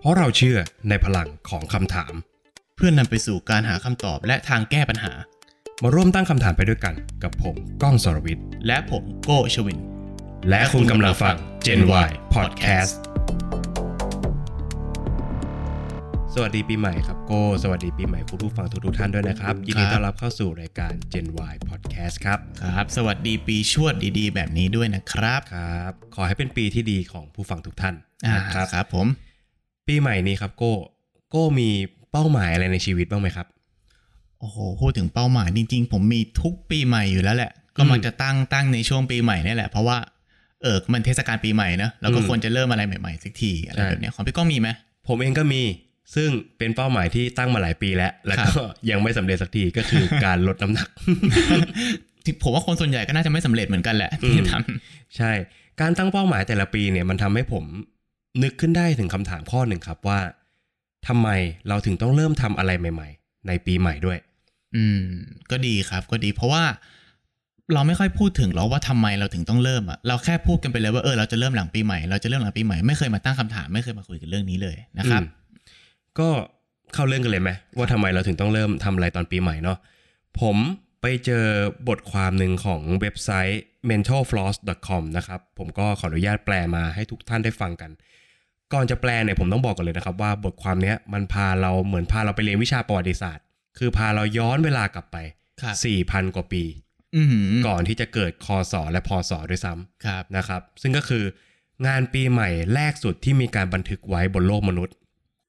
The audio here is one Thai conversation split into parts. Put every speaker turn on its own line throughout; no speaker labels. เพราะเราเชื่อในพลังของคำถาม
เพื่อนนำไปสู่การหาคำตอบและทางแก้ปัญหา
มาร่วมตั้งคำถามไปด้วยกันกับผมก้องสรวิทย์
และผมโก้ชวิน
และคุณกำลังฟัง Gen Y Podcast สวัสดีปีใหม่ครับโก้สวัสดีปีใหม่คุณผู้ฟังทุกๆท่านด้วยนะครับ ยินดีต้อนรับเข้าสู่รายการ Gen Y Podcast ครับ
ครับ สวัสดีปีชวดดีๆ แบบนี้ด้วยนะครับ
ครับ ขอให้เป็นปีที่ดีของผู้ฟังทุกท่าน
อ่า
นะค
ค
รั
รั
บบ
ผม
ปีใหม่นี้ครับโก้โก้มีเป้าหมายอะไรในชีวิตบ้างไหมครับ
โอ้โห พูดถึงเป้าหมายจริงๆ ผมมีทุกปีใหม่อยู่แล้วแหละ ก็มักจะตั้งตั้งในช่วงปีใหม่นี่แหละ เพราะว่า เออ มันเทศกาลปีใหม่เนอะเราก็
อืม
ควรจะเริ่มอะไรใหม่ๆ สักทีอะไร
ใช่
แบบเนี้ยของพี่ก้องมีไหม
ผมเองก็มีซึ่งเป็นเป้าหมายที่ตั้งมาหลายปีแล้ว แล้วก็ยังไม่สำเร็จสักทีก็คือการลดน้ำหนัก
ที่ผมว่าคนส่วนใหญ่ก็น่าจะไม่สำเร็จเหมือนกันแหละที่ท
ใช่ การตั้งเป้าหมายแต่ละปีเนี่ยมันทำให้ผมนึกขึ้นได้ถึงคำถามข้อหนึ่งครับว่าทำไมเราถึงต้องเริ่มทำอะไรใหม่ ๆ ในปีใหม่ด้วย
ำอืม ก็ดีครับก็ดีเพราะว่า เราไม่ค่อยพูดถึงหรอกว่าทำไมเราถึงต้องเริ่มอะเราแค่พูดกันไปเลยว่าเออเราจะเริ่มหลังปีใหม่เราจะเริ่มหลังปีใหม่ไม่เคยมาตั้งคำถามไม่เคยมาคุยกันเรื่องนี้เลยนะครับ
อืมก็เข้าเรื่องกันเลยไหมว่าทำไมเราถึงต้องเริ่มทำอะไรตอนปีใหม่เนาะผมไปเจอบทความหนึ่งของเว็บไซต์ mentalfloss.com นะครับ ผมก็ขออนุญาตแปลมาให้ทุกท่านได้ฟังกัน ก่อนจะแปลเนี่ยผมต้องบอกก่อนเลยนะครับ ว่าบทความเนี้ยมันพาเราเหมือนพาเราไปเรียนวิชาประวัติศาสตร์ คือพาเราย้อนเวลากลับไป
ครับ
4,000 กว่าปี
อืม
ก่อนที่จะเกิดคอสอและพอสอด้วยซ้ำ
ครับ
นะครับซึ่งก็คืองานปีใหม่แรกสุดที่มีการบันทึกไว้บนโลกมนุษย์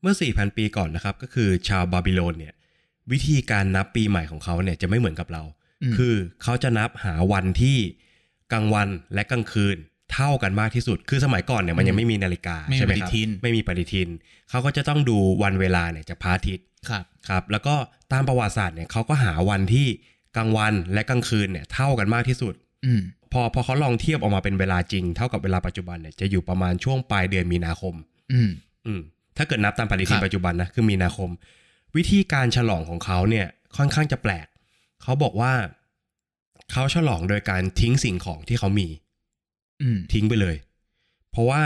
เมื่อ 4,000 ปีก่อนนะครับ ก็คือชาวบาบิโลนเนี่ยวิธีการนับปีใหม่ของเขาเนี่ยจะไม่เหมือนกับเรา
ม
คือเขาจะนับหาวันที่กลางวันและกลางคืนเท่ากันมากที่สุด คือสมัยก่อนเนี่ยมันยังไม่มีนาฬิกา
ไม่มี
ใช่ไห
ป
ม
ฏิ
ครับ
ทิน
ไม่มีปฏิทิน เขาก็จะต้องดูวันเวลาเนี่ยจากพระอาทิตย์
ครับ
ครับแล้วก็ตามประวัติศาสตร์เนี่ยเขาก็หาวันที่กลางวันและกลางคืนเนี่ยเท่ากันมากที่สุด
อืม
พอพอเขาลองเทียบออกมาเป็นเวลาจริงเท่ากับเวลาปัจจุบันเนี่ยจะอยู่ประมาณช่วงปลายเดือนมีนาคม
อืม
อืมถ้าเกิดนับตามปฏิทิ
ครั
น
บ
ปัจจุบันนะคือมีนาคม วิธีการฉลองของเขาเนี่ยค่อนข้างจะแปลก เขาบอกว่า เขาฉลองโดยการทิ้งสิ่งของที่เขามี
อืม
ทิ้งไปเลย เพราะว่า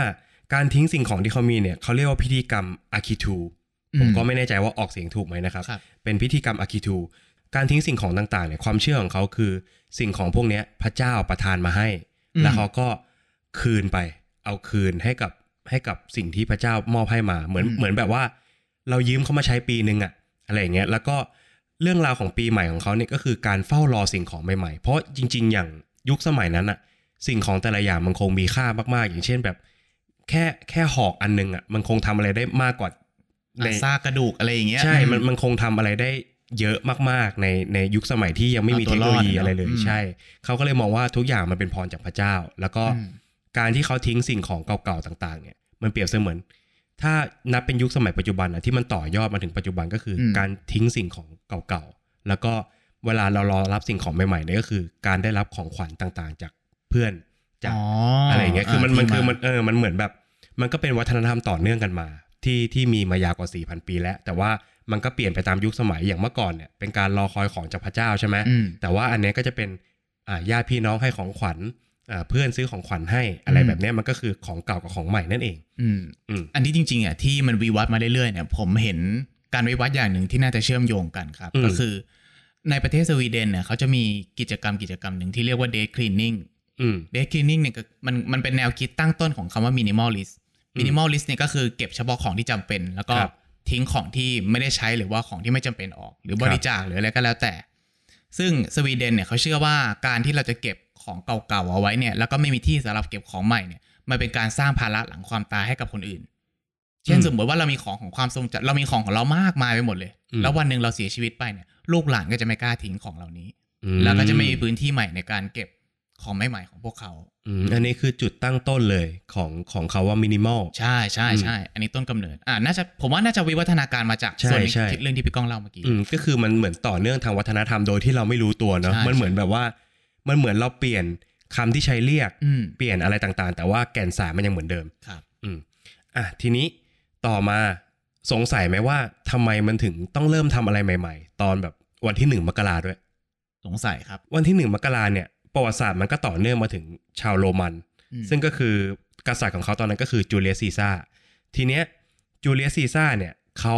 การทิ้งสิ่งของที่เขามีเนี่ยเขาเรียกว่าพิธีกรรมอาคิทูผมก็ไม่แน่ใจว่าออกเสียงถูกไหมนะครับ
ครับ
เป็นพิธีกรรมอาคิทู การทิ้งสิ่งของต่างๆเนี่ยความเชื่อของเขาคือสิ่งของพวกเนี้ยพระเจ้าประทานมาให้
อืม
แล้วเขาก็คืนไป เอาคืนให้กับให้กับสิ่งที่พระเจ้ามอบให้มา เหมือนเหมือนแบบว่า เรายืมเขามาใช้ปีหนึ่งอะอะไรอย่างเงี้ย แล้วก็เรื่องราวของปีใหม่ของเขาเนี่ยก็คือการเฝ้ารอสิ่งของใหม่ๆ เพราะจริง ๆ อย่างยุคสมัยนั้นอะสิ่งของแต่ละอย่างมันคงมีค่ามากๆ อย่างเช่นแบบ แค่แค่หอกอันหนึงอะมันคงทำอะไรได้มากกว่าใน
อ่ะซากกระดูกอะไรอย่างเงี้ย
ใช่
อื
มันมันคงทำอะไรได้เยอะมากๆ ในในยุคสมัยที่ยังไม่มี
เอาตั
เทค
วร
โน
อด
โลยี
อะเนาะ
อะไรเลย
อืม
ใช่ เขาก็เลยมองว่าทุกอย่างมันเป็นพรจากพระเจ้า แล้วก็
อืม
การที่เขาทิ้งสิ่งของเก่าๆต่างๆ เนี่ย มันเปรียบเสมือน ถ้านับเป็นยุคสมัยปัจจุบันนะที่มันต่อยอดมาถึงปัจจุบันก็คืออ
ม
การทิ้งสิ่งของเก่าๆ แล้วก็เวลาเรารอรับสิ่งของใหม่ๆเนี่ยก็คือ การได้รับของขวัญต่างๆ จากเพื่อนจาก
อ๋อ
อะไรอย่างเงี้ย คือมันมัน
ที่
คือมันเออ มันเหมือนแบบ มันก็เป็นวัฒนธรรมต่อเนื่องกันมา ที่ที่มีมายาวกว่า 4,000 ปีแล้ว แต่ว่ามันก็เปลี่ยนไปตามยุคสมัย อย่างเมื่อก่อนเนี่ย เป็นการรอคอยของจากพระเจ้าใช่ไหม
อืม
แต่ว่าอันเนี้ยก็จะเป็นอ่าญาติพี่น้องให้ของขวัญอ่าเพื่อนซื้อของขวัญให้ อะไร
อืม
แบบเนี้ย มันก็คือของเก่ากับของใหม่นั่นเอง
อืม
อืม
อันที่จริงๆอ่ะที่มันวิวัฒน์มาเรื่อยๆเนี่ยผมเห็นการวิวัฒน์อย่างหนึ่งที่น่าจะเชื่อมโยงกันครับ
อืม
ก็คือ ในประเทศสวีเดนเนี่ยเขาจะมีกิจกรรมกิจกรรมหนึ่งที่เรียกว่า day cleaning
อืม
day cleaning เนี่ยก็มันมันเป็นแนวคิดตั้งต้นของคำว่า minimalist
อืม
minimalist เนี่ยก็คือเก็บเฉพาะของที่จำเป็น แล้วก็
ครับ
ทิ้งของที่ไม่ได้ใช้หรือว่าของที่ไม่จำเป็นออก หรือบริจาคหรืออะไรก็แล้วแต่ ซึ่งสวีเดนเนี่ยเขาเชื่อว่าการที่เราจะเก็บของเก่าๆเอาไว้เนี่ยแล้วก็ไม่มีที่สำหรับเก็บของใหม่เนี่ยมันเป็นการสร้างภาระหลังความตายให้กับคนอื่น เช่น
อืม
สมมติว่าเรามีของของความทรงจำเรามีของของเรามากมายไปหมดเลย
อืม
แล้ววันหนึ่งเราเสียชีวิตไปเนี่ยลูกหลานก็จะไม่กล้าทิ้งของเหล่านี้
อื
แล้วก็จะไม่มีพื้นที่ใหม่ในการเก็บของใหม่ๆของพวกเขา
อืมอันนี้คือจุดตั้งต้นเลยของของเขาว่ามินิมอล
ใช่ใช่ใช่ อันนี้ต้นกำเนิด อ่าน่าจะผมว่าน่าจะวิวัฒนาการมาจาก
ใช่
ส่วนนี้
ใช่
ที่เรื่องที่พี่ก้องเล่าเมื่อกี้
อืมก็คือมันเหมือนต่อเนื่องทางวัฒนธรรมโดยที่เราไม่รู้ตัวเนอะ
ใช่
มันเหมือนแบบว่า มันเหมือนเราเปลี่ยนคำที่ใช้เรียก
อืม
เปลี่ยนอะไรต่างๆ แต่ว่าแก่นสารมันยังเหมือนเดิม
ครับ
อืมอ่ะทีนี้ต่อมาสงสัยไหมว่าทำไมมันถึงต้องเริ่มทำอะไรใหม่ ๆ ตอนแบบวันที่หนึ่งมกราด้วย
สงสัยครับ
วันที่หนึ่งมกราเนี่ย ประวัติศาสตร์มันก็ต่อเนื่องมาถึงชาวโรมัน
อืม
ซึ่งก็คือกษัตริย์ของเขาตอนนั้นก็คือจูเลียสซีซ่าร์ทีเนี้ย จูเลียสซีซ่าร์เนี่ยเขา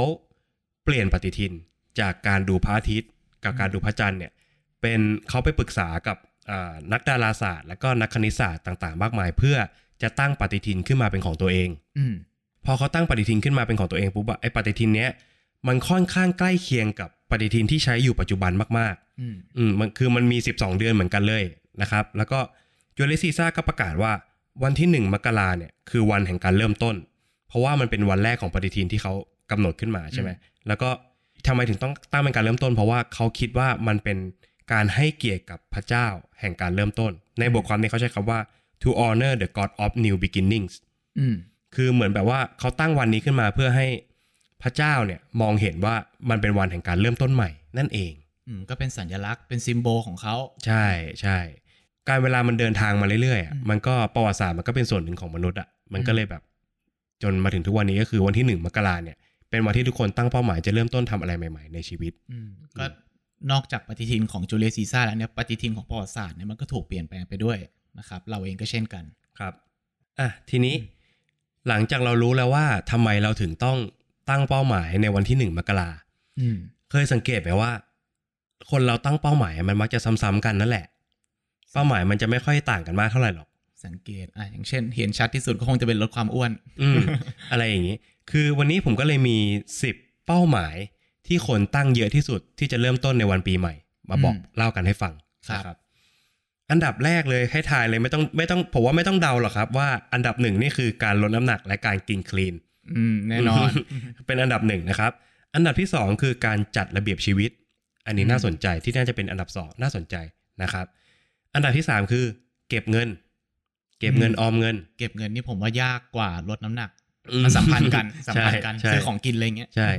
เปลี่ยนปฏิทินจากการดูพระอาทิตย์กับการดูพระจันทร์เนี่ยเป็นเขาไปปรึกษากับอ่านักดาราศาสตร์ และก็นักคณิตศาสตร์ต่างๆ มากมาย เพื่อจะตั้งปฏิทินขึ้นมาเป็นของตัวเอง
อืม
พอเขาตั้งปฏิทินขึ้นมาเป็นของตัวเองปุ๊บอะไอปฏิทินเนี้ยมันค่อนข้างใกล้เคียงกับปฏิทินที่ใช้อยู่ปัจจุบันมากๆ
อืม
อืมมันคือมันมี 12 เดือนเหมือนกันเลยนะครับ แล้วก็จูเลซีซ่าก็ประกาศว่าวันที่ 1 มกราเนี่ยคือวันแห่งการเริ่มต้น เพราะว่ามันเป็นวันแรกของปฏิทินที่เขากำหนดขึ้นมาใช่ไหมแล้วก็ทำไมถึงต้องตั้งเป็นการเริ่มต้น เพราะว่าเขาคิดว่ามันเป็นการให้เกียรติกับพระเจ้าแห่งการเริ่มต้น ในบทความนี้เขาใช้คำว่า to honor the god of new beginnings
อืม
คือเหมือนแบบว่าเขาตั้งวันนี้ขึ้นมาเพื่อให้พระเจ้าเนี่ยมองเห็นว่ามันเป็นวันแห่งการเริ่มต้นใหม่ นั่นเอง
อืม ก็เป็นสัญลักษณ์เป็นซิมโบลของเขา
ใช่ใช่การเวลามันเดินทางมาเรื่อยๆอะ
อืม
มันก็ประวัติศาสตร์มันก็เป็นส่วนหนึ่งของมนุษย์อ่ะมันก็
อืม
เลยแบบ จนมาถึงทุกวันนี้ก็คือวันที่หนึ่งมกราเนี่ย เป็นวันที่ทุกคนตั้งเป้าหมายจะเริ่มต้นทำอะไรใหม่ๆในชีวิต
อืม ก็นอกจากปฏิทินของจูเลียสซีซ่าร์แล้วเนี่ยปฏิทินของประวัติศาสตร์เนี่ยมันก็ถูกเปลี่ยนแปลงไปด้วยนะครับ เราเองก็เช่นกัน
ครับอ่ะทีนี้หลังจากเรารู้แล้วว่าทำไมเราถึงต้องตั้งเป้าหมายในวันที่หนึ่งมกรา
อืม
เคยสังเกตไหมว่า คนเราตั้งเป้าหมายมันมักจะซ้ำๆกันนั่นแหละ เป้าหมายมันจะไม่ค่อยต่างกันมากเท่าไหร่หรอก
สังเกตอ่ะอย่างเช่น เห็นชัดที่สุดก็คงจะเป็นลดความอ้วน
อืม อะไรอย่างนี้ คือวันนี้ผมก็เลยมี 10 เป้าหมายที่คนตั้งเยอะที่สุดที่จะเริ่มต้นในวันปีใหม่ มาบอก
อืม
เล่ากันให้ฟัง
ครับ
นะอันดับแรกเลยให้ทายเลยไม่ต้องไม่ต้องผมว่าไม่ต้องเดาหรอกครับ ว่าอันดับหนึ่งนี่คือการลดน้ำหนักและการกินคลีน
อืม แน่นอน
เป็นอันดับหนึ่งนะครับ อันดับที่สองคือการจัดระเบียบชีวิต อันนี้น่าสนใจที่น่าจะเป็นอันดับสองน่าสนใจนะครับ อันดับที่สามคือ เก็บเงิน เก็บเงินออมเงิน
เก็บเงินนี่ผมว่ายากกว่าลดน้ำหนัก มันสัมพันธ์กัน สัมพันธ์กัน
ใช่ใช่
ซื้อของกินอะไรเงี้ย
ใช่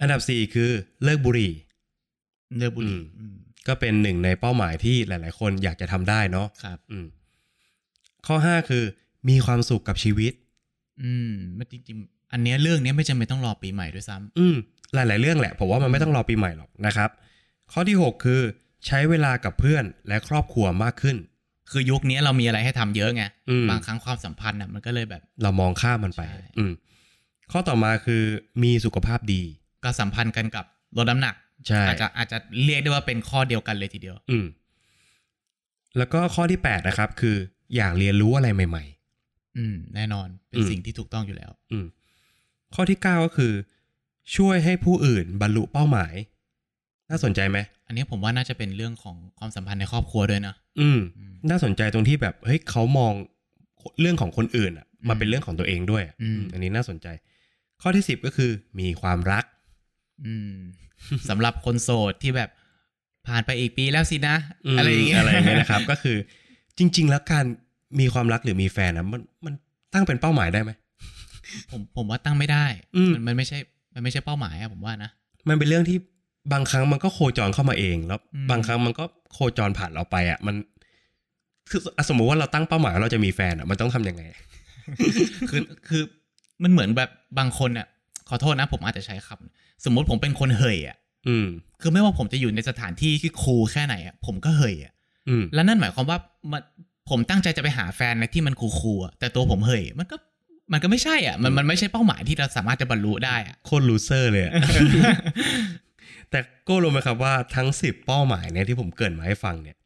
อันดับสี่คือเลิกบุหรี่
เลือกบุหรี่
อืม ก็เป็นหนึ่งในเป้าหมายที่หลาย ๆ คนอยากจะทำได้เนาะ
ครับ
อืม ข้อห้าคือ มีความสุขกับชีวิต
อืมไม่จริงๆ อันเนี้ยเรื่องเนี้ยไม่จำเป็นต้องรอปีใหม่ด้วยซ้ำ
อืม หลาย ๆ เรื่องแหละ ผมว่ามันไม่ต้องรอปีใหม่หรอกนะครับ ข้อที่หกคือ ใช้เวลากับเพื่อนและครอบครัวมากขึ้น
คือยุคเนี้ยเรามีอะไรให้ทำเยอะไง
อืม
บางครั้งความสัมพันธ์อ่ะมันก็เลยแบบ
เรามองข้ามมันไป
ใช่
อืม ข้อต่อมาคือ มีสุขภาพดี
ก็สัมพันธ์กันกับลดน้ำหนัก
ใช่
อาจจะอาจจะเรียกได้ว่าเป็นข้อเดียวกันเลยทีเดียว
อืม แล้วก็ข้อที่แปดนะครับ คือ อยากเรียนรู้อะไรใหม่ ๆ
อืม แน่นอนเป็น
อืม
สิ่งที่ถูกต้องอยู่แล้ว
อืมข้อที่เก้าก็คือ ช่วยให้ผู้อื่นบรรลุเป้าหมาย น่าสนใจไหม
อันเนี้ยผมว่าน่าจะเป็นเรื่องของความสัมพันธ์ในครอบครัวด้วยนะ
อืม
อืม
น่าสนใจตรงที่แบบเฮ้ยเขามองเรื่องของคนอื่นอะมา
อืม
เป็นเรื่องของตัวเองด้วยอะ
อืม
อันนี้น่าสนใจ ข้อที่สิบก็คือ มีความรัก
อืม สำหรับคนโสดที่แบบผ่านไปอีกปีแล้วสินะ
ม
อะไรอย่างเงี้ย
อะไรอย่างเงี้ยนะครับ ก็คือ จริง ๆ แล้วการมีความรักหรือมีแฟนนะมันมันตั้งเป็นเป้าหมายได้ไหม
ผมผมว่าตั้งไม่ได้
อืม
มันมันไม่ใช่ มันไม่ใช่เป้าหมายอะผมว่านะ
มันเป็นเรื่องที่บางครั้งมันก็โคจรเข้ามาเอง แล้ว
อืม
บางครั้งมันก็โคจรผ่านเราไปอ่ะ มันคือสมมุติว่าเราตั้งเป้าหมายว่าเราจะมีแฟนอ่ะมันต้องทำยังไง
คือคือมันเหมือนแบบบางคนอ่ะ ขอโทษนะ ผมอาจจะใช้คำสมมติผมเป็นคนเหยอ่ะ
อืม
คือไม่ว่าผมจะอยู่ในสถานที่ที่คูลแค่ไหนอ่ะผมก็เหยอ่ะ
อืม
และนั่นหมายความว่ามันผมตั้งใจจะไปหาแฟนในที่มันคูลๆอ่ะแต่ตัวผมเหยมันก็มันก็ไม่ใช่อ่ะมันมันไม่ใช่เป้าหมายที่เราสามารถจะบรรลุได้อ่ะ
โคตรลูเซอร์ เลยอะ แต่ก็รู้ไหมครับว่าทั้งสิบเป้าหมายเนี่ยที่ผมเกรินมาให้ฟังเนี่ย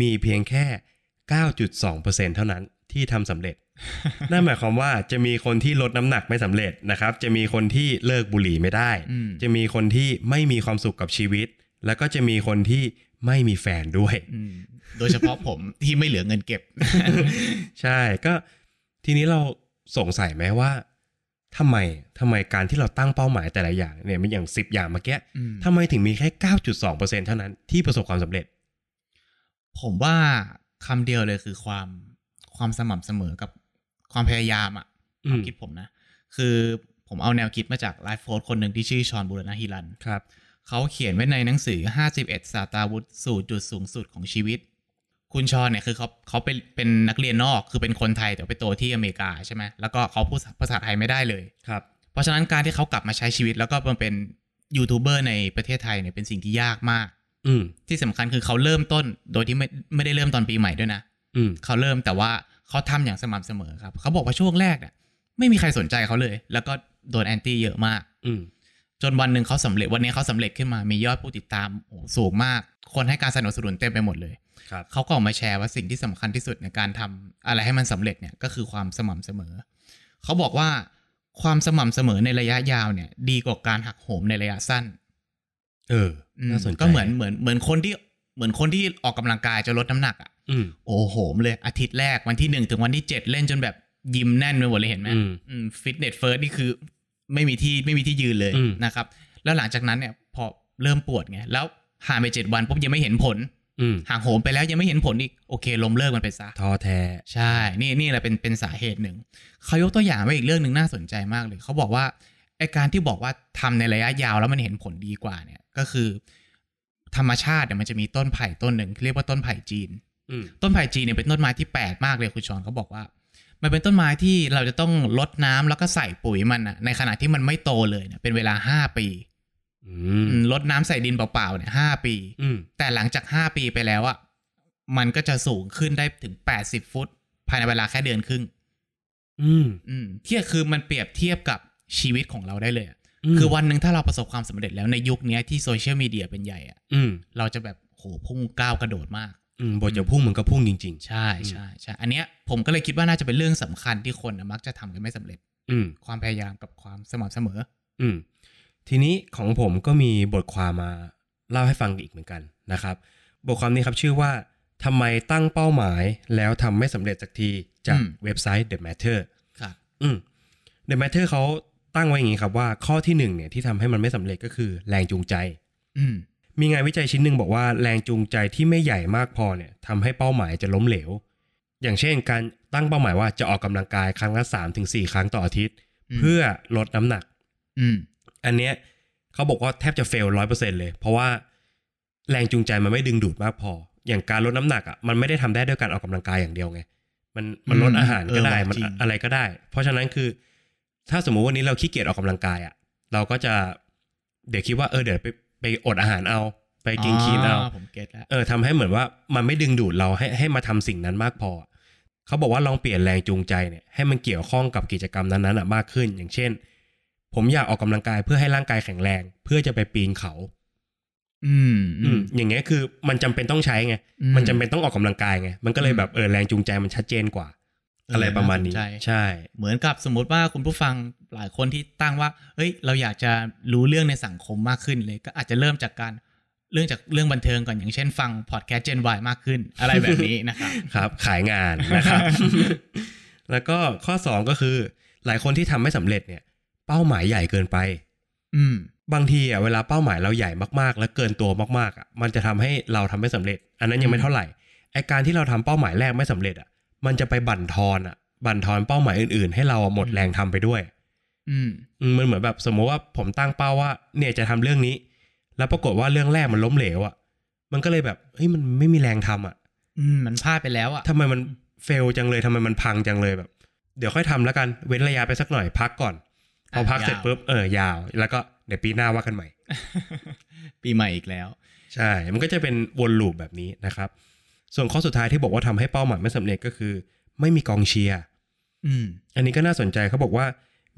มีเพียงแค่เก้าจุดสองเปอร์เซ็นเท่านั้นที่ทำสำเร็จ นั่นหมายความว่าจะมีคนที่ลดน้ำหนักไม่สำเร็จนะครับ จะมีคนที่เลิกบุหรี่ไม่ได้
อืม
จะมีคนที่ไม่มีความสุขกับชีวิต แล้วก็จะมีคนที่ไม่มีแฟน ด้วย
อืมโดยเฉพาะผมที่ไม่เหลือเงินเก็บ
ใช่ก็ทีนี้เราสงสัยไหมว่าทำไมทำไมการที่เราตั้งเป้าหมายแต่ละอย่างเนี่ยมันอย่างสิบอย่างเมื่อกี้
อืม
ทำไมถึงมีแค่ 9.2%เท่านั้นที่ประสบความสำเร็จ
ผมว่าคำเดียวเลยคือความความสม่ำเสมอกับความพยายามอ่ะ
อื
ค
ม
วามคิดผมนะ คือผมเอาแนวคิดมาจากไลฟ์โค้ชคนหนึ่งที่ชื่อชอนบูรณะฮิรัน
ครับ
เขาเขียนไว้ในหนังสือ 51 สาตาวุธสู่จุดสูงสุดของชีวิต คุณชอนเนี่ยคือเขาเขาเป็นเป็นนักเรียนนอกคือเป็นคนไทยแต่ไปโตที่อเมริกาใช่ไหมแล้วก็เขาพูดภาษาไทยไม่ได้เลย
ครับ
เพราะฉะนั้นการที่เขากลับมาใช้ชีวิต แล้วก็มาเป็นยูทูบเบอร์ในประเทศไทยเนี่ยเป็นสิ่งที่ยากมาก
อืม
ที่สำคัญคือเขาเริ่มต้นโดยที่ไม่ไม่ได้เริ่มตอนปีใหม่ด้วยนะ
อืม
เขาเริ่มแต่ว่าเขาทำอย่างสม่ำเสมอครับ เขาบอกว่าช่วงแรกเนี่ยไม่มีใครสนใจเขาเลย แล้วก็ โดนแอนตี้เยอะมาก
อืม
จนวันหนึ่งเขาสำเร็จวันนี้เขาสำเร็จขึ้นมามียอดผู้ติดตามโอ้โหสูงมาก คนให้การสนับสนุนเต็มไปหมดเลย
ครับ
เขาก็ออกมาแชร์ว่าสิ่งที่สำคัญที่สุดในการทำอะไรให้มันสำเร็จเนี่ยก็คือความสม่ำเสมอ เขาบอกว่าความสม่ำเสมอในระยะยาวเนี่ยดีกว่าการหักโหมในระยะสั้น
เออ
อืม
น่าสนใจ
ก็เหมือนเหมือนเหมือนคนที่เหมือนคนที่ออกกำลังกายจะลดน้ำหนักอ่ะ
อืม
โอ้โหมเลยอาทิตย์แรกวันที่หนึ่งถึงวันที่เจ็ดเล่นจนแบบยิมแน่นไปหมดเลยเห็นไหม
อืม
อืมฟิตเนสเฟิร์สนี่คือไม่มีที่ไม่มีที่ยืนเลย
อืม
นะครับ แล้วหลังจากนั้นเนี่ยพอเริ่มปวดไงแล้วห่างไปเจ็ดวันปุ๊บยังไม่เห็นผล
อืม
ห่างโหมไปแล้วยังไม่เห็นผลอีกโอเคล้มเลิกมันไปซะ
ท้อแท้
ใช่ นี่นี่แหละเป็นเป็นสาเหตุหนึ่ง เขายกตัวอย่างไว้อีกเรื่องหนึ่งน่าสนใจมากเลย เขาบอกว่าไอการที่บอกว่าทำในระยะยาวแล้วมันเห็นผลดีกว่าเนี่ย ก็คือ ธรรมชาติเนี่ยมันจะมีต้นไผ่ต้นหนึ่งเรียกว่าต้นไผ่จีน
อืม
ต้นไผ่จีนเนี่ยเป็นต้นไม้ที่แปลกมากเลยคุณชอนเขาบอกว่า มันเป็นต้นไม้ที่เราจะต้องลดน้ำแล้วก็ใส่ปุ๋ยมันอะในขณะที่มันไม่โตเลยเนี่ยเป็นเวลาห้าปี
อื
อื
ม
มลดน้ำใส่ดินเปล่าๆเนี่ยห้าปี
อืม
แต่หลังจาก 5 ปีไปแล้วอะมันก็จะสูงขึ้นได้ถึง 80 ฟุต ภายในเวลาแค่เดือนครึ่ง
อืม
อืมเที่ยคือมันเปรียบเทียบกับชีวิตของเราได้เลยอะ
ม
คือวันหนึ่งถ้าเราประสบความสำเร็จแล้วในยุคเนี้ยที่โซเชียลมีเดียเป็นใหญ่อะ
อืม
เราจะแบบโหพุ่งก้าวกระโดดมาก
อืมบทจะพุ่งมันก็พุ่งจริง
ใช่
อืม
ใช่ใช่อันเนี้ยผมก็เลยคิดว่าน่าจะเป็นเรื่องสำคัญที่คนน่ะมักจะทำกันไม่สำเร็จ
ๆ อืม
ความพยายามกับความสม่ำเสมอ
อืมทีนี้ของผมก็มีบทความมาเล่าให้ฟังอีกเหมือนกันนะครับ บทความนี้ครับชื่อว่าทำไมตั้งเป้าหมายแล้วทำไม่สำเร็จสักทีจาก
อืม
เว็บไซต์ The Matter
ครับ
อืม The Matter เขาตั้งไว้อย่างนี้ครับว่าข้อที่หนึ่งเนี่ยที่ทำให้มันไม่สำเร็จก็คือแรงจูงใจ
อืม
มีงานวิจัยชิ้นหนึ่งบอกว่าแรงจูงใจที่ไม่ใหญ่มากพอเนี่ยทำให้เป้าหมายจะล้มเหลว อย่างเช่น การตั้งเป้าหมายว่าจะออกกำลังกายครั้งละ3-4 ครั้งต่ออาทิตย์ เพื่อลดน้ำหนัก
อืม
อันเนี้ยเขาบอกว่าแทบจะเฟลร้อยเปอร์เซ็นเลย เพราะว่าแรงจูงใจมันไม่ดึงดูดมากพอ อย่างการลดน้ำหนักอ่ะมันไม่ได้ทำได้ด้วยการออกกำลังกายอย่างเดียวไง มันมันลดอาหารก็ได้มันอะไรก็ได้ เพราะฉะนั้นคือ ถ้าสมมุติวันนี้เราขี้เกียจออกกำลังกายอ่ะเราก็จะเดี๋ยวคิดว่าเออเดี๋ยวไปไปอดอาหารเอา ไปกินคีนเอา
ผมเก็ตแล้ว
เออทำให้เหมือนว่ามันไม่ดึงดูดเราให้ให้มาทำสิ่งนั้นมากพอ เขาบอกว่าลองเปลี่ยนแรงจูงใจเนี่ยให้มันเกี่ยวข้องกับกิจกรรมนั้นๆอะมากขึ้น อย่างเช่น ผมอยากออกกำลังกายเพื่อให้ร่างกายแข็งแรง เพื่อจะไปปีนเขา
อืม
อืมอย่างเงี้ยคือมันจำเป็นต้องใช้ไง
อื
มันจำเป็นต้องออกกำลังกายไงมันก็เลยแบบเออแรงจูงใจมันชัดเจนกว่า
เอออ
อะไรประมาณนี้
น่าสนใจ
ใช่
เหมือนกับสมมติว่าคุณผู้ฟังหลายคนที่ตั้งว่า เฮ้ย เราอยากจะรู้เรื่องในสังคมมากขึ้นเลย ก็อาจจะเริ่มจากการเรื่องจากเรื่องบันเทิงก่อนอย่างเช่นฟังพอดแคสต์เจนวมากขึ้น อะไรแบบนี้ นะครับ
ครับ ขายงานนะครับ แล้วก็ข้อสองก็คือ หลายคนที่ทำไม่สำเร็จเนี่ย เป้าหมายใหญ่เกินไป
อืม
บางทีอ่ะเวลาเป้าหมายเราใหญ่มากๆ และเกินตัวมากๆอ่ะมันจะทำให้เราทำไม่สำเร็จ อันนั้นยังไม่เท่าไหร่ไอการที่เราทำเป้าหมายแรกไม่สำเร็จอ่ะมันจะไปบั่นทอนอ่ะบั่นทอนเป้าหมายอื่นๆ ให้เราอ่ะหมดแรงทำไปด้วย
อืม
อืมมันเหมือนแบบสมมติว่าผมตั้งเป้าว่าเนี่ยจะทำเรื่องนี้ แล้วปรากฏว่าเรื่องแรกมันล้มเหลวอ่ะมันก็เลยแบบเฮ้ยมันไม่มีแรงทำอ่ะ
อืม มันพลาดไปแล้วอ่ะ
ทำไมมันเฟลจังเลยทำไมมันพังจังเลยแบบ เดี๋ยวค่อยทำแล้วกันเว้นระยะไปสักหน่อยพักก่อนพอพักเส
อ่ะยาว
ร็จปุ๊บเออยาว แล้วก็เดี๋ยวปีหน้าว่ากันใหม่
ปีใหม่อีกแล้ว
ใช่ มันก็จะเป็นวนลูปแบบนี้นะครับ ส่วนข้อสุดท้ายที่บอกว่าทำให้เป้าหมายไม่สำเร็จก็คือ ไม่มีกองเชียร์
อืม
อันนี้ก็น่าสนใจเขาบอกว่า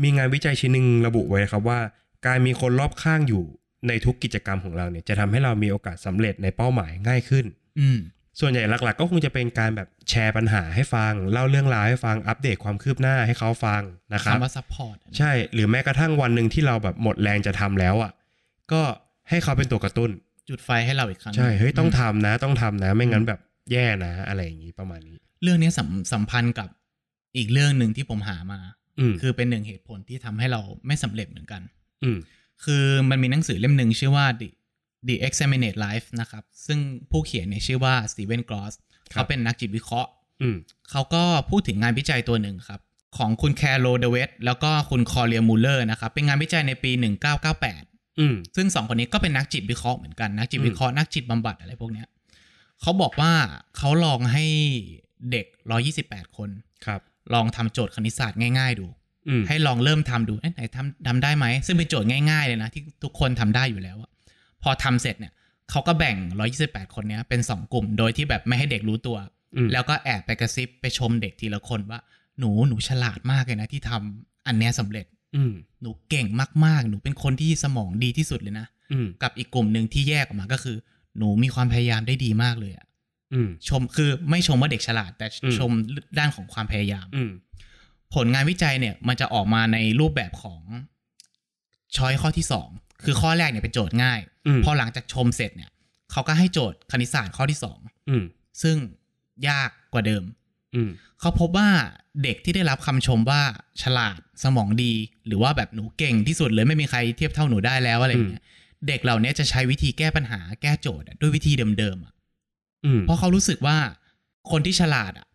มีงานวิจัยชิ้นหนึ่งระบุไว้ครับว่า การมีคนรอบข้างอยู่ในทุกกิจกรรมของเราเนี่ยจะทำให้เรามีโอกาสสำเร็จในเป้าหมายง่ายขึ้น
อืม
ส่วนใหญ่หลักๆ ก็คงจะเป็นการแบบแชร์ปัญหาให้ฟัง เล่าเรื่องราวให้ฟังอัปเดตความคืบหน้าให้เขาฟังนะครับ
คำว่าซัพพอร์ต
ใช่ หรือแม้กระทั่งวันหนึ่งที่เราแบบหมดแรงจะทำแล้วอ่ะก็ให้เขาเป็นตัวกระตุ้น
จุดไฟให้เราอีกครั้ง
ใช่ เฮ้ย ต้อง
ม
ทำนะ ต้องทำนะ ไม่งั้นแบบแย่นะ อะไรอย่างนี้ประมาณนี้
เรื่องนี้สัมสัมพันธ์กับอีกเรื่องหนึ่งที่ผมหามา
อืม
คือเป็นหนึ่งเหตุผลที่ทำให้เราไม่สำเร็จเหมือนกัน
อืม
คือมันมีหนังสือเล่มหนึ่งชื่อว่า The The Examinate Life นะครับ ซึ่งผู้เขียนเนี่ยชื่อว่าสตีเวนกรอส
ครับ
เขาเป็นนักจิตวิเคราะห์
อืม
เขาก็พูดถึงงานวิจัยตัวหนึ่งครับ ของคุณแคโรเดเวตแล้วก็คุณคอเรียมูลเลอร์นะครับ เป็นงานวิจัยในปี 1998
อืม
ซึ่งสองคนนี้ก็เป็นนักจิตวิเคราะห์เหมือนกัน นักจิตวิเคราะห์นักจิตบำบัดอะไรพวกเนี้ยเขาบอกว่าเขาลองให้เด็ก 128 คน
ครับ
ลองทำโจทย์คณิตศาสตร์ง่ายๆดู
อืม
ให้ลองเริ่มทำดูเอ๊ะไหนทำทำได้ไหม ซึ่งเป็นโจทย์ง่ายๆเลยนะ ที่ทุกคนทำได้อยู่แล้วอะพอทำเสร็จเนี่ยเขาก็แบ่ง 128 คนเนี้ยเป็น 2 กลุ่ม โดยที่แบบไม่ให้เด็กรู้ตัว
อืม
แล้วก็แอบไปกระซิบไปชมเด็กทีละคนว่า หนูหนูฉลาดมากเลยนะที่ทำอันเนี้ยสำเร็จ
อืม
หนูเก่งมากๆ หนูเป็นคนที่สมองดีที่สุดเลยนะ
อืม
กับอีกกลุ่มหนึ่งที่แยกออกมาก็คือ หนูมีความพยายามได้ดีมากเลยอะ
อืม
ชมคือไม่ชมว่าเด็กฉลาด แต่
อืม
ชมด้านของความพยายาม
อืม
ผลงานวิจัยเนี่ยมันจะออกมาในรูปแบบของช้อยข้อที่สองคือข้อแรกเนี่ยเป็นโจทย์ง่าย
อืม
พอหลังจากชมเสร็จเนี่ยเขาก็ให้โจทย์คณิตศาสตร์ข้อที่สอง
อืม
ซึ่งยากกว่าเดิม
อืม
เขาพบว่าเด็กที่ได้รับคำชมว่าฉลาดสมองดี หรือว่าแบบหนูเก่งที่สุดเลยไม่มีใครเทียบเท่าหนูได้แล้วอะไรอย่างเงี้ยเด็กเหล่านี้จะใช้วิธีแก้ปัญหาแก้โจทย์อะด้วยวิธีเดิมๆอะ
อืม
เพราะเขารู้สึกว่าคนที่ฉลาดอะ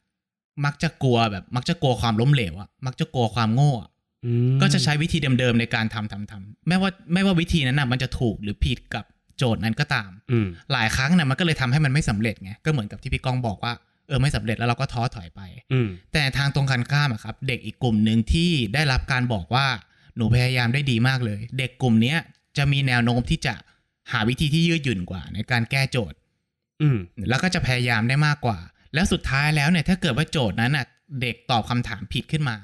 มักจะกลัวแบบมักจะกลัวความล้มเหลวอะมักจะกลัวความโง่อะ
อืม
ก็จะใช้วิธีเดิมๆในการทำทำทำแม้ว่าไม่ว่าวิธีนั้นนะมันจะถูกหรือผิดกับโจทย์นั้นก็ตาม
อืม
หลายครั้งนะมันก็เลยทำให้มันไม่สำเร็จไงก็เหมือนกับที่พี่ก้องบอกว่าเออไม่สำเร็จแล้วเราก็ท้อถอยไป
อืม
แต่ทางตรงกันข้ามอะครับ เด็กอีกกลุ่มหนึ่งที่ได้รับการบอกว่าหนูพยายามได้ดีมากเลย เด็กกลุ่มเนี้ยจะมีแนวโน้มที่จะหาวิธีที่ยืดหยุ่นกว่า ในการแก้โจทย์
อืม
แล้วก็จะพยายามได้มากกว่า แล้วสุดท้ายแล้วเนี่ยถ้าเกิดว่าโจทย์นั้นน่ะเด็กตอบคำถามผิดขึ้นมา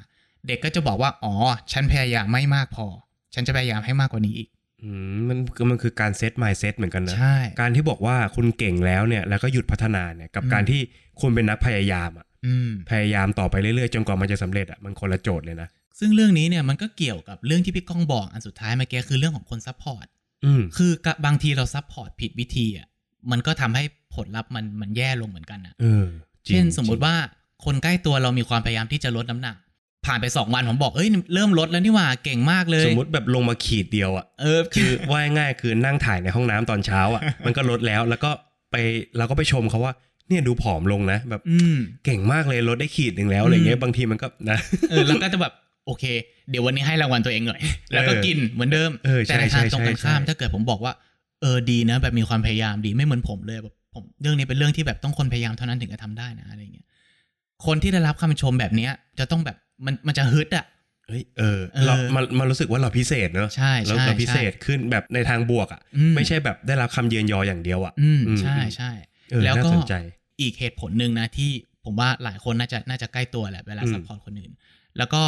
เด็กก็จะบอกว่าอ๋อ ฉันพยายามไม่มากพอ ฉันจะพยายามให้มากกว่านี้อีก
อืมมันคือมันคือการเซตไมล์เซตเหมือนกันนะ
ใช่
การที่บอกว่าคุณเก่งแล้วเนี่ย แล้วก็หยุดพัฒนาเนี่ย กับ
อืม
การที่คุณเป็นนักพยายามอะ
อืม
พยายามต่อไปเรื่อยๆ จนกว่ามันจะสำเร็จอะมันคนละโจทย์เลยนะ
ซึ่งเรื่องนี้เนี่ยมันก็เกี่ยวกับเรื่องที่พี่ก้องบอกอันสุดท้ายเมื่อกี้คือเรื่องของคนซัพพอร์ต
อืม
คือกะบางทีเราซัพพอร์ตผิดวิธีอ่ะมันก็ทำให้ผลลัพธ์มันมันแย่ลงเหมือนกันนะ
เออจริง
เช่นสมมุติว่าคนใกล้ตัวเรามีความพยายามที่จะลดน้ำหนัก ผ่านไป 2 วันผมบอกเอ้ยเริ่มลดแล้วนี่หว่าเก่งมากเลย
สมมติแบบลงมาขีดเดียวอะ
เออ
คือ ว่าง่ายๆคือนั่งถ่ายในห้องน้ำตอนเช้าอ่ะ มันก็ลดแล้วแล้วก็ไปเราก็ไปชมเขาว่าเนี่ยดูผอมลงนะ แบบ
อืม
เก่งมากเลยลดได้ขีดหนึ่งแล้วอะไรเงี้ยบางทีมันก็นะ
เออแล้วก็จะแบบโอเค เดี๋ยววันนี้ให้รางวัลตัวเองหน่อย แล้วก็กินเหมือนเดิม
เออใช่
แต่ในทาง
ใช่
ตรงกัน
ใช่
ข้าม
ใช่
ถ้าเกิดผมบอกว่าเออดีนะ แบบมีความพยายามดีไม่เหมือนผมเลยแบบผมเรื่องนี้เป็นเรื่องที่แบบต้องคนพยายามเท่านั้นถึงจะทำได้นะอะไรเงี้ยคนที่ได้รับคำชมแบบเนี้ยจะต้องแบบมันมันจะฮึดอ่ะ
เฮ้ยเออ
เออ
เรามันมันรู้สึกว่าเราพิเศษเนอะ
ใช่ใช่
เราเราพิเศษขึ้นแบบในทางบวกอ่ะ
อืม
ไม่ใช่แบบได้รับคำเยือนยออย่างเดียวอ่ะ
อืม
อืม
ใช่
อืม
ใช่
เออ
แล้ว
น่า
ก็
สนใจ
อีกเหตุผลหนึ่งนะที่ผมว่าหลายคนน่าจะน่าจะใกล้ตัวแหละเวลา
อืม
ซัพพอร์ตคนอื่น แล้วก็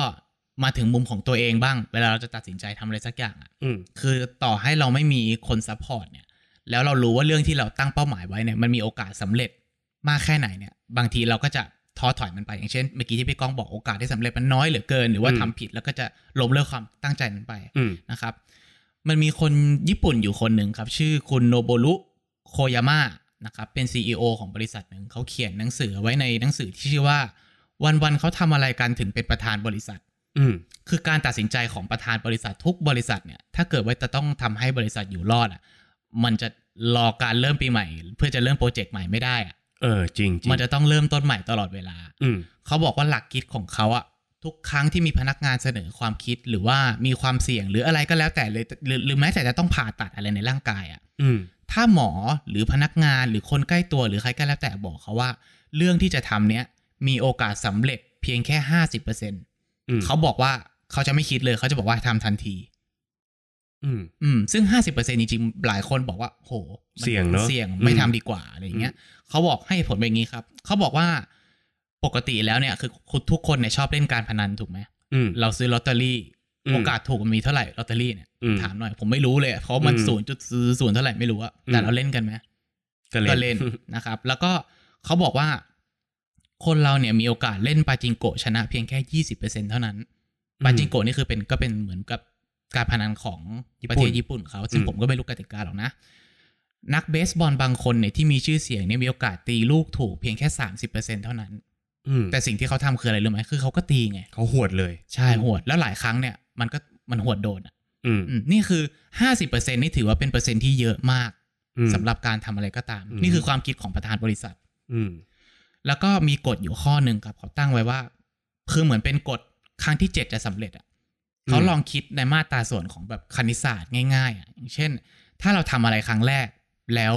มาถึงมุมของตัวเองบ้าง เวลาเราจะตัดสินใจทำอะไรสักอย่างอะ
อืม
คือต่อให้เราไม่มีคนซัพพอร์ตเนี่ย แล้วเรารู้ว่าเรื่องที่เราตั้งเป้าหมายไว้เนี่ย มันมีโอกาสสำเร็จมากแค่ไหนเนี่ย บางทีเราก็จะท้อถอยมันไป อย่างเช่น เมื่อกี้ที่พี่ก้องบอกโอกาสที่สำเร็จมันน้อยเหลือเกิน หรือว่า
อืม
ทำผิดแล้วก็จะล้มเลิกความตั้งใจมันไป
อืม
นะครับ มันมีคนญี่ปุ่นอยู่คนหนึ่งครับ ชื่อคุณโนโบรุโคยามะนะครับ เป็น CEO ของบริษัทหนึ่งเขาเขียนหนังสือไว้ในหนังสือที่ชื่อว่า วันๆเขาทำอะไรกันถึงเป็นประธานบริษัท
อืม
คือการตัดสินใจของประธานบริษัททุกบริษัทเนี่ย ถ้าเกิดว่าจะต้องทำให้บริษัทอยู่รอดอ่ะ มันจะรอการเริ่มปีใหม่ เพื่อจะเริ่มโปรเจกต์ใหม่ไม่ได้อ่ะ
เออจริงจริง
มันจะต้องเริ่มต้นใหม่ตลอดเวลา
อืม
เขาบอกว่าหลักคิดของเขาอ่ะ ทุกครั้งที่มีพนักงานเสนอความคิดหรือว่ามีความเสี่ยงหรืออะไรก็แล้วแต่เลยหรือหรือแม้แต่จะต้องผ่าตัดอะไรในร่างกายอ่ะ
อืม
ถ้าหมอหรือพนักงานหรือคนใกล้ตัวหรือใครก็แล้วแต่บอกเขาว่า เรื่องที่จะทำเนี้ยมีโอกาสสำเร็จเพียงแค่ห้าสิบเปอร์เซ็นต
อืม
เขาบอกว่าเขาจะไม่คิดเลยเขาจะบอกว่าทำทันที
อืม
อืม ซึ่งห้าสิบเปอร์เซ็นจริงๆ หลายคนบอกว่า โหมั
เสี่ยงเนอะ
เสี่ยง
อืม
ไม่ทำดีกว่าอะไรอย่างเงี้ยเขาบอกให้ผลเป็นอย่างงี้ครับ เขาบอกว่าปกติแล้วเนี่ยคือทุกคนเนี่ยชอบเล่นการพนันถูกไหม
อืม
เราซื้อลอตเตอรี่
อืม
โอกาสถูกมันมีเท่าไหร่ลอตเตอรี่เนี่ย
อืม
ถามหน่อยผมไม่รู้เลยอะเพราะมัน
อืม
ศูนย์จุดศูนย์เท่าไหร่ไม่รู้อะ
อืม
แต่เราเล่นกันไหม
ก็
ก็
เล่
เล่
น
น นะครับ แล้วก็เขาบอกว่า คนเราเนี่ยมีโอกาสเล่นปาจิงโกะชนะเพียงแค่ยี่สิบเปอร์เซ็นเท่านั้น
อืม
ปาจิงโกะนี่คือเป็นก็เป็นเหมือนกับการพนันของ
ญี่ปุ่น
ประเทศญี่ปุ่นเขา ซึ่ง
อืม
ผมก็ไม่รู้กติกาหรอกนะ นักเบสบอลบางคนเนี่ยที่มีชื่อเสียงเนี่ยมีโอกาสตีลูกถูกเพียงแค่สามสิบเปอร์เซ็นเท่านั้น
อืม
แต่สิ่งที่เขาทำคืออะไรรู้ไหมคือเขาก็ตีไง
เขาหวดเลย
ใช่หวด แล้วหลายครั้งเนี่ยมันก็มันหวดโดนอะ
อืม
อืมนี่คือห้าสิบเปอร์เซ็นนี่ถือว่าเป็นเปอร์เซ็นต์ที่เยอะมาก
อืม
สำหรับการทำอะไรก็ตาม
อืม
นี่คือความคิดของประธานบริษัท
อืม
แล้วก็มีกฎอยู่ข้อหนึ่งครับเขาตั้งไว้ว่า คือเหมือนเป็นกฎครั้งที่เจ็ดจะสำเร็จอ่ะเขาลองคิดในมาตราส่วนของแบบคณิตศาสตร์ง่ายๆอ่ะอย่างเช่น ถ้าเราทำอะไรครั้งแรก แล้ว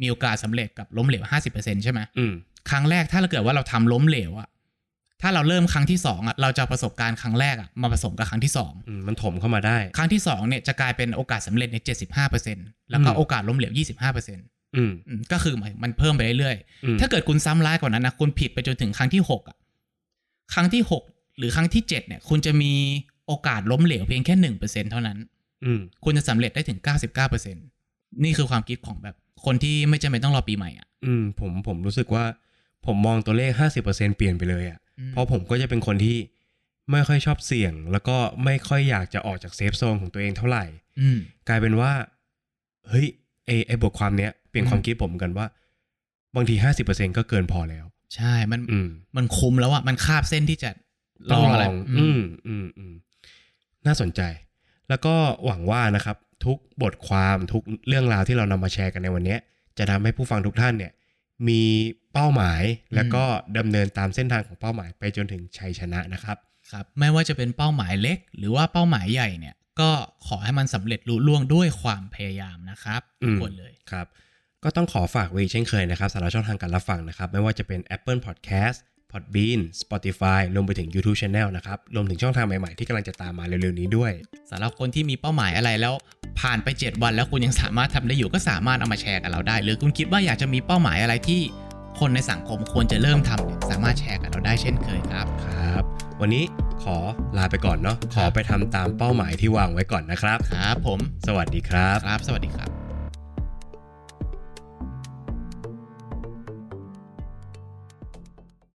มีโอกาสสำเร็จกับล้มเหลวห้าสิบเปอร์เซ็นใช่ไหม
อืม
ครั้งแรกถ้าเราเกิดว่าเราทำล้มเหลวอ่ะถ้าเราเริ่มครั้งที่สองอ่ะเราจะเอาประสบการณ์ครั้งแรกอ่ะมาผสมกับครั้งที่สอง
อืมมันถมเข้ามาได้
ครั้งที่สองเนี่ยจะกลายเป็นโอกาสสำเร็จในเจ็ดสิบห้าเปอร์เซ็นแล้วก็
อืม
โอกาสล้มเหลวยี่สิบห้าเปอร์เซ็น
อืม
อืมก็คือหมายมันเพิ่มไปเรื่อย
อืม
ๆ ถ้าเกิดคุณซ้ำร้ายกว่านั้นนะคุณผิดไปจนถึงครั้งที่หกอ่ะ ครั้งที่หกหรือครั้งที่เจ็ดเนี่ย คุณจะมีโอ อกาสล้มเหลวเพียงแค่หนึ่งเปอร์เซ็นเท่านั้น
อืม
คุณจะสำเร็จได้ถึงเก้าสิบเก้าเปอร์เซ็นนี่คือความคิดของแบบคนที่ไม่จำเป็นต้องรอปีใหม่อ่ะ
อืมผมผมรู้สึกว่าผมมองตัวเลข 50%เปลี่ยนไปเลยอะ่ะ
อืม
เพราะผมก็จะเป็นคนที่ไม่ค่อยชอบเสี่ยง แล้วก็ไม่ค่อยอยากจะออกจากเซฟโซนของตัวเองเท่าไหร่
อืม
กลายเป็นว่า เฮ้ยไอไอบทความเนี้ยเปลี่ยน
อืม
ความคิดผมเหมือนกันว่า บางที 50%ก็เกินพอแล้ว
ใช่มัน
อืม
มันคุ้มแล้วอ่ะมันคาบเส้นที่จะ
ต้
ล
อ
อง ง
ล
อะไร
องอื
อืม
มอืมอืมน่าสนใจ แล้วก็หวังว่านะครับ ทุกบทความทุกเรื่องราวที่เรานำมาแชร์กันในวันเนี้ย จะทำให้ผู้ฟังทุกท่านเนี่ย มีเป้าหมายแล้วก็ดำเนินตามเส้นทางของเป้าหมายไปจนถึงชัยชนะนะครับ
ครับไม่ว่าจะเป็นเป้าหมายเล็ก หรือว่าเป้าหมายใหญ่เนี่ย ก็ขอให้มันสำเร็จลุล่วงด้วยความพยายามนะครับ
อื
ทุก
ม
คนเลย
ครับ ก็ต้องขอฝากไว้อีกเช่นเคยนะครับสำหรับช่องทางการรับฟังนะครับ ไม่ว่าจะเป็น Apple Podcast Podbean Spotify รวมไปถึง YouTube Channel นะครับ รวมถึงช่องทางใหม่ๆ ที่กำลังจะตามมาเร็วๆนี้ด้วย
สำหรับคนที่มีเป้าหมายอะไรแล้ว ผ่านไป 7 วันแล้วคุณยังสามารถทำได้อยู่ก็สามารถเอามาแชร์กับเราได้ หรือคุณคิดว่าอยากจะมีเป้าหมายอะไรที่คนในสังคมควรจะเริ่มทำเนี่ยสามารถแชร์กับเราได้เช่นเคยครับ
ครับ วันนี้ขอลาไปก่อนเนาะขอไปทำตามเป้าหมายที่วางไว้ก่อนนะครับ
ครับผม
สวัสดีครับ
ครับ สวัสดีครับ